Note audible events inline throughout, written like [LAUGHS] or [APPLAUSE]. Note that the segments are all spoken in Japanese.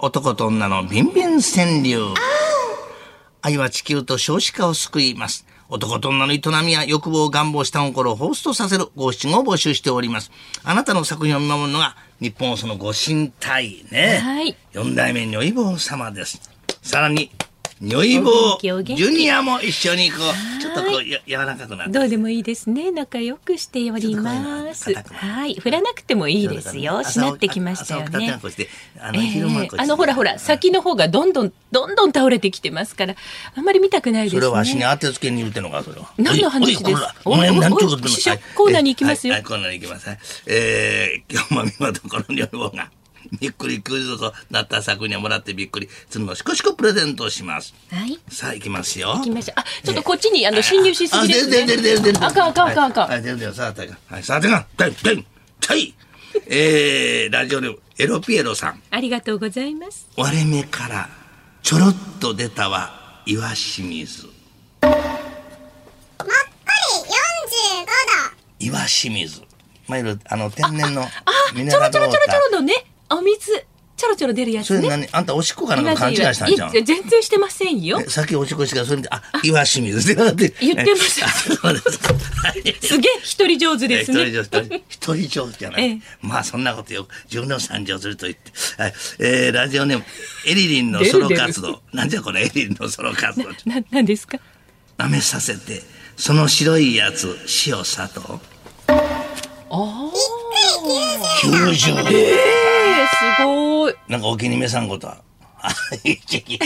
男と女のビンビン川柳。愛は地球と少子化を救います。男と女の営みや欲望、願望、下心をホーストさせる五七五を募集しております。あなたの作品を見守るのが、日本をそのご神体ね。はい四代目如意棒様です。さらに、如意棒お元ジ気お元気ュニアも一緒にこう、ちょっとこうや、柔らかくなって。どうでもいいですね。仲良くしておりまちす。ょっとこういうの硬くなるはい、振らなくてもいいですよ。しなってきましたよ朝起きたねら。こうしてあの、え昼間はえこうしてあのほらほら先の方がどんどんどんどん倒れてきてますからあんまり見たくないですそね。れは足に当てつけに言うてんのか、それは。何の話おいおいこらですお前おいおい何ちゅうこと言うの試食コーナーに行きますよはい、はいコーナーに行きます。はいえー、今日も見事この両方が、びっくりクイズとなった作にはもらってびっくり、つるのしこしこプレゼントします。はい。さあ、行きますよ。行行きましょう。あ、ちょっとこっちに、あの、侵入しすぎです、ね。あ、出る出る出る出る。あかんあかんあかんあかん。はい、出る出る、さあ、てが。はい、さあ、てが。てんてんていえー、ラジオネーム、エロピエロさん。ありがとうございます。割れ目からちょろっと出たは岩清水もっこり45度。岩清水まあいろいろあの天然のあ、ちミょネラろルちょウォろーちょろちタょーろのね、お水、ちょろちょろ出るやそつね。れ何あんたおしっこかなんか勘違いしたんじゃんいや全然してませんよえ。さっきおしっこしてからそれ見てあ岩清水ってなって言ってました [LAUGHS] えあそうですかはいすげえ一人上手で一す人ね。上手一人上手じゃなえいえまあそんなことよく自分の参上すると言ってはいえーラジオネームエリリンのソロ活動なんじゃこれエリリンのソロ活動な、なんですか舐めさせてその白いやつ塩砂糖あ九十あ、えー、すごい。なんかお気に召さんことは。あ一撃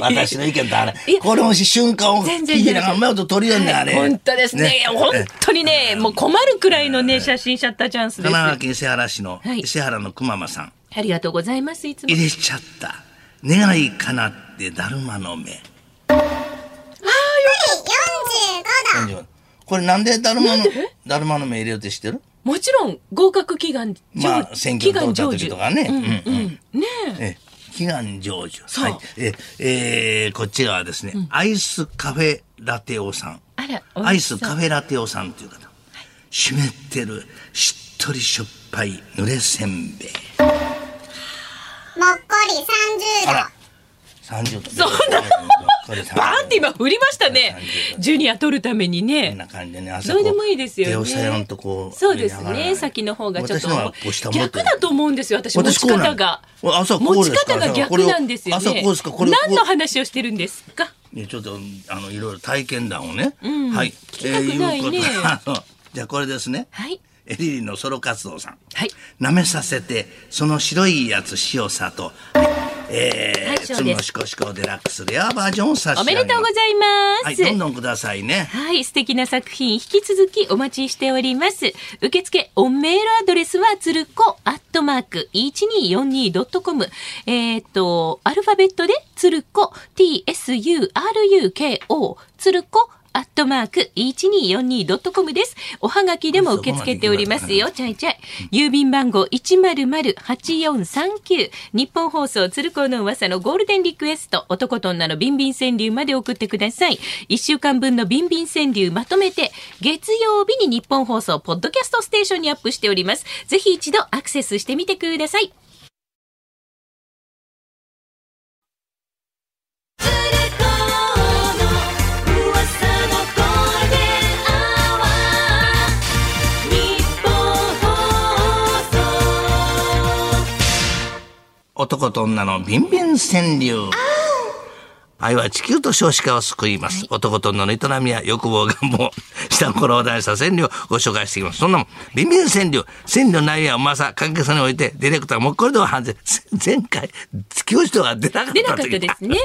私の意見とあれいやこれもし瞬間を全聞然いてながらうまいこと取りよんねあれ本当ですね。本当にね、もう困るくらいのね、写真シャッターチャンス神です。奈川あ県伊勢原市のはい伊勢原のくままさんりがとうございます、いつも。入れちゃった願いかなってだるまの目45度。これなんでだるまのだるまの目入れようって知ってるもちろん、合格祈願、まあ選挙通った時とかねうんうんねえ。ええ祈願成就そうはいええーこっち側はですねアイスカフェラテオさんあら、アイスカフェラテオさんという方、湿ってるしっとりしょっぱい濡れせんべいもっこりあ30度。ら30度そんなこれ30度バーンって今振りましたね。ジュニア取るためにこんね。な感じでね朝どうでもいいですよね。手をさよんとこうそうです入れながね。ら先の方がちょっと私のはこう下持って逆だと思うんですよ。私持私ちこうな方んがこれ朝こう持ですちか方が逆なんですよね。朝こうですかこれをこう何の話をしてるんですか。ねちょっとあのいろいろ体験談をね、んはいきたくないねえーいうことであのじゃあこれですねはいエリリンのソロ活動さんはい。舐めさせてその白いやつ塩砂糖えーはいそうつですむのしこしこデラックスレアバージョンを差しお上げめますでとうございまはいす。どんどんくださいねはい、素敵な作品、引き続きお待ちしております。受付、おメールアドレスは、つるこ、アットマーク、1242.com。えっ、と、アルファベットで、つるこ、tsuruko、つるこ、アットマーク、1242.com です。おはがきでも受け付けておりますよ。ちゃいちゃい。郵便番号100-8439。日本放送鶴光の噂のゴールデンリクエスト。男と女のビンビン川柳まで送ってください。一週間分のビンビン川柳まとめて、月曜日に日本放送ポッドキャストステーションにアップしております。ぜひ一度アクセスしてみてください。男と女のビンビン川柳愛は地球と少子化を救います。男と女の営みや欲望、願望、下心を題した川柳をご紹介していきます。そんなもん、ビンビン川柳、川柳の内容やうまさ、関係さにおいて、ディレクターもっこりでは判定。前回、地球人が出なかった出時なかったですね。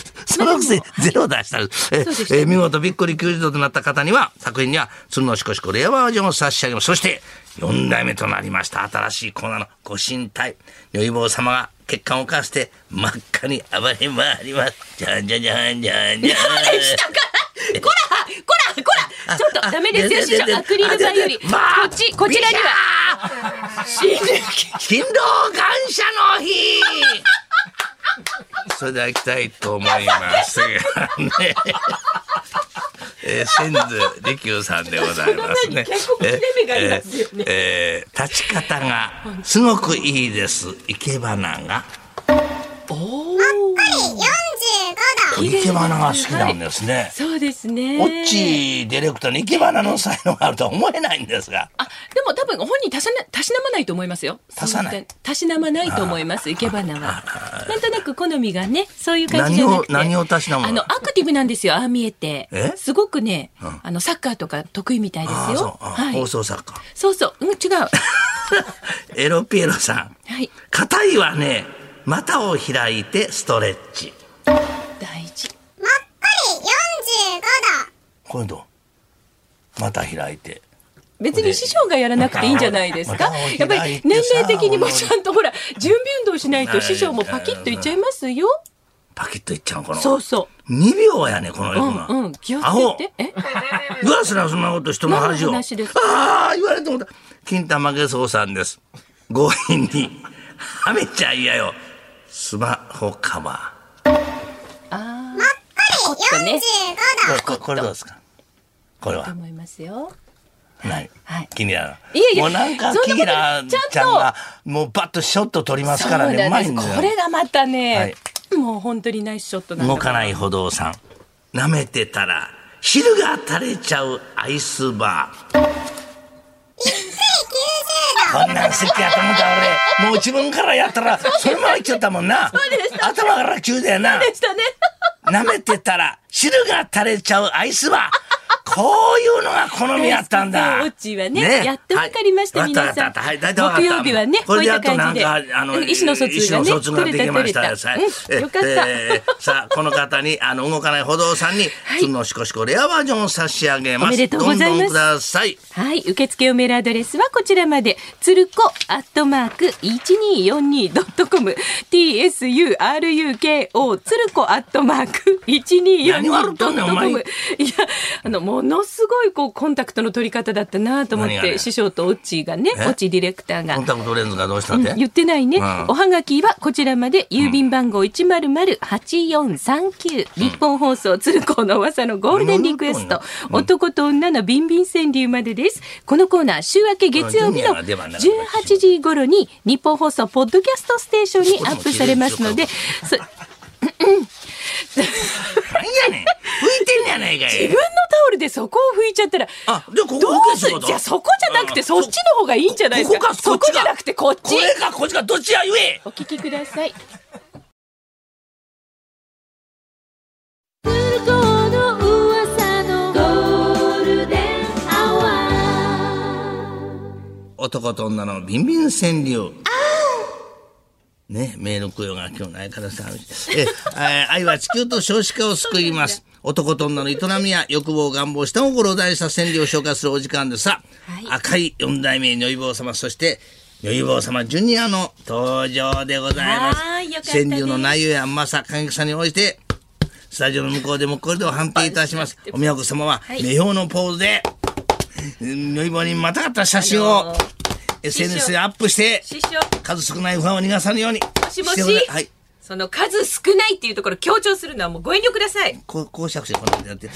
[LAUGHS] そのくせゼロ出したんです。えそうでしたえー見事びっくり90度となった方には、作品には、鶴のしこしこレアバージョンを差し上げます。そして、4代目となりました。新しいコーナーのご神体。如意棒様が血管をかわして、真っ赤に暴れ回ります。じゃんじゃんじゃんじゃんじゃん。でしたかこらこらこらちょっとダメですよあ師ででで匠アクリル板よりこまあっちこちらには死ぬ気勤労感謝の日それでは行きたいと思いますがね。えー、先祖利休さんでございまそすね。んなに結構切れ目がありますよねえーえー立ち方がすごくいいです。生け花が。もっこおりお。 45度。生け花が好きなんですね。そうですね。オッチーディレクターに生け花の才能があるとは思えないんですが。あ、でも多分本人たしな、たしなまないと思いますよ。足さないその点。たしなまないと思います、いけばなは。なんとなく好みがね、そういう感じじゃ何なをく、て。何を足しなもあの、アクティブなんですよ、ああ見えてえ。すごくね、あの、サッカーとか得意みたいですああ、そうよ。。あはい。放送作家。そうそう、うん、違う。エロピエロさん。はい。硬いはね、股を開いてストレッチ。大事。もっこり45度。こういうの。股開いて。別に師匠がやらなくていいんじゃないですかまあ。やっぱり年齢的にもちゃんとほら、準備運動しないと師匠もパキッといっちゃいますよ。パキッといっちゃう、この。そうそ2秒やね、このう。う猫が。んうん。気をつアホけて。えグラスなそんなこと人の話を。何の話ですああ、言われてもうた。金玉下そうさんです。強引に、はめちゃ嫌よ。スマホカバあもっこパコッとりねー。45度。これこれどうですかこれあ。とは。思いますよ。ないはい。キミラの。いやいやもうなんそかんなことキミちゃラんとちゃんが、もうバッとショット取りますからね。うまいんだよ。これがまたはねい、もう本当にナイスショットなんだ動かない歩道さん。舐めてたら、汁が垂れちゃうアイスバー。 90度。こんなん好きやと思った俺。もう自分からやったら、それまで来ちゃったもんな。頭から急だよな。でしたね。舐めてたら、汁が垂れちゃうアイスバー。こういうのが好みやったんだ。オッチーはねやっとわかりましたはい皆さんわかったわかったはい、大体わかった。木曜日はねこれでこういあったとな感んじでか、あの、うん意思の疎通がね意思の疎通ができました取れた取れたはいうんよかったえーさあ、この方に、あの、動かない歩道さんに、つんのしこしこレアバージョンを差し上げます。おめでとうございますどんどんください。はい。受付メールアドレスはこちらまで。つるこアットマーク 1242.com。tsuruko つるこアットマーク何笑っとんねんお前 1242.com。いや、あの、ものすごいこう、コンタクトの取り方だったなと思っ何がて、ね師匠とオッチーがね、オえッチーディレクターがコン。タクトレンズがどうしたって、言ってないね、うんおはがきはこちらまで郵便番号100-8439、日本放送鶴光の噂のゴールデンリクエスト、うん男と女のビンビン川柳までですこのコーナー週明け月曜日のあジュニアが出番なかった18時頃に日本放送ポッドキャストステーションにアップされますのでこそなんやねん。吹いてんやないかい。自分のタオルでそこを拭いちゃったらあ、じゃあここどう受けす仕事じゃあそこじゃなくてうんそっちの方がいいんじゃないですかここかこっちがじゃなくてこっちこれかこっちかどっちや言えお聞きください。男と女のビンビン川柳。ね、名の供養が今日ないからさ、え、え愛は地球と少子化を救います。男と女の営みや欲望、願望、下心を大した川柳を紹介するお時間でさ、はい赤い四代目如意坊様、そして、如意坊様ジュニアの登場でございますはーいよかっ。たで川す柳の内容や甘さ、感激さに応じて、スタジオの向こうでもこれでお判定いたします。お宮子様は、い目標のポーズで、うん如意棒にまたがった写真を、SNS でアップして、師匠数少ないファンを逃がさぬように。もしもてくだし、はい。その数少ないっていうところ強調するのはもうご遠慮ください。こう、こう着手こんなんでやって。え、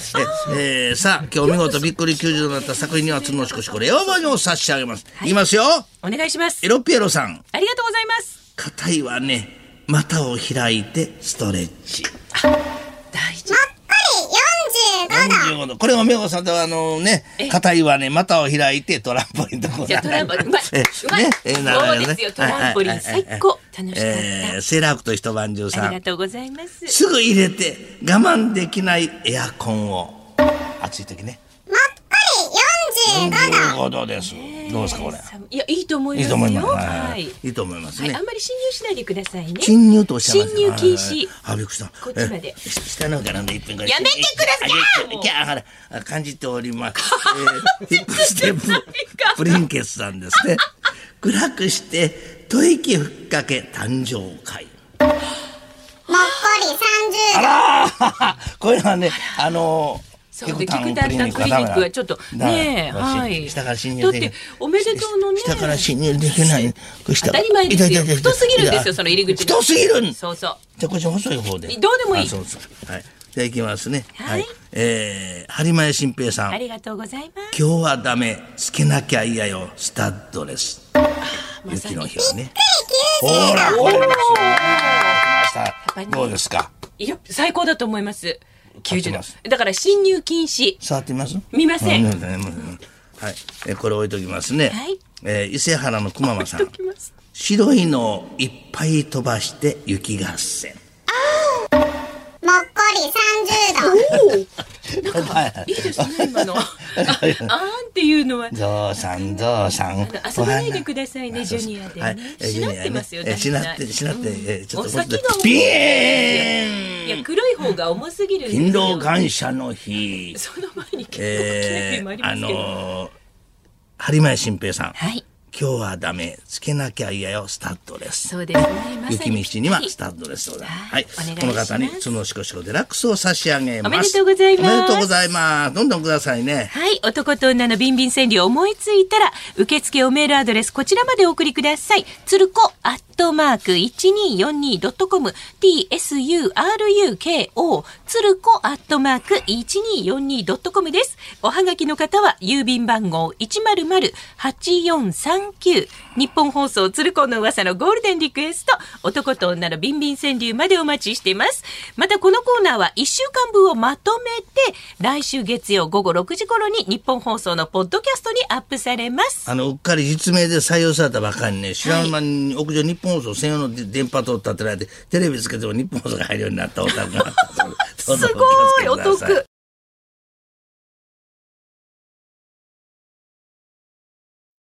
えーさあ、今日見事びっくり90度になった作品には、つんのしこしこレアバージョンを差し上げます。い、きますよ。お願いしますエ。ロピエロさん。ありがとうございます。硬いはね、股を開いてストレッチ。大事。もっこり45度。 45度。これも美穂さんとあのね、硬いはね、股を開いてトランポリンとこうじゃあトランポリンうまいえうまいねえなるほどそねうですよトランポリンはいはいはいはい最高楽しかったえーセーラー服と一晩中さあんりが。とうございます。すぐ入れて我慢できないエアコンを暑い時ねもっこり45度。 15度ですどうですかこれ寒いいやいいと思いまいいすとよ。思いますははいい。いいと思いますはいねあんまり侵入しないでくださいね。侵入とおっしゃいました侵入禁止はいはいあびっくりしたこっちまでえ下の方からなんで一分からやめてくださいもういやあら感じておりますえーヒップステッププリンケスさんですね暗くして吐息ふっかけ誕生会もっこり30度。あらー [LAUGHS] こういうのはねあのーそうで菊菊丹田タンクリニックはちょっとダメねえだからはい。下から侵だっ入できてるおめでとうのね。下から侵入できない下当たり前ですよ太すぎるんですよその入り口が太すぎるんじゃそうそう。あこっち細い方でどうでもいいあそうそうはいじゃあいきますねはいえー張前新平さんありがとうございます。今日はダメつけなきゃ嫌よスタッドレスまさ雪にの日はね90ほらこれですよね来ましさぱりん、ねどうですかいや、最高だと思います。90合ってます度。だから侵入禁止。触ってみます見ませんうううんうんはい。えこれ置いときますね。はいえー伊勢原のくままさん。きます白いのをいっぱい飛ばして雪合戦。もっこり30度。いいですね、今 [LAUGHS] の。あ、あんっていうのは。ゾウさん、ゾウさん。遊ばないでくださいね、ジュニアではいね。えーしなってますよ、ジュニアねえーしな大体って、しなって、えーちょっとお先が重いピーンいや、黒い方が重すぎるんですよ。勤労感謝の日。その前に結構大きなえもありー、ますけあど。のー、張前新平さん。はい、今日はダメ、つけなきゃ嫌よ、スタッドレス。そうですね。まさ雪に道にはスタッドレスをだ。ははいい。お願いこの方に、しますそのしこしこデラックスを差し上げます。おめでとうございますおめでとうございます。どんどんくださいね。はい。男と女のビンビン川柳を思いついたら、受付おメールアドレス、こちらまでお送りください。つるこ、アットマーク、1242.com、tsuruko、つるこ、アットマーク、1242.com です。おはがきの方は、郵便番号100-8439、日本放送つるこの噂のゴールデンリクエスト、男と女のビンビン川柳までお待ちしています。またこのコーナーは1週間分をまとめて、来週月曜午後6時頃に日本放送のポッドキャストにアップされます。あの、うっかり実名で採用されたばかりね、知らん間に屋上日本放送専用ので電波塔を立てられて、テレビつけても日本放送が入るようになったお宅があったすごいお得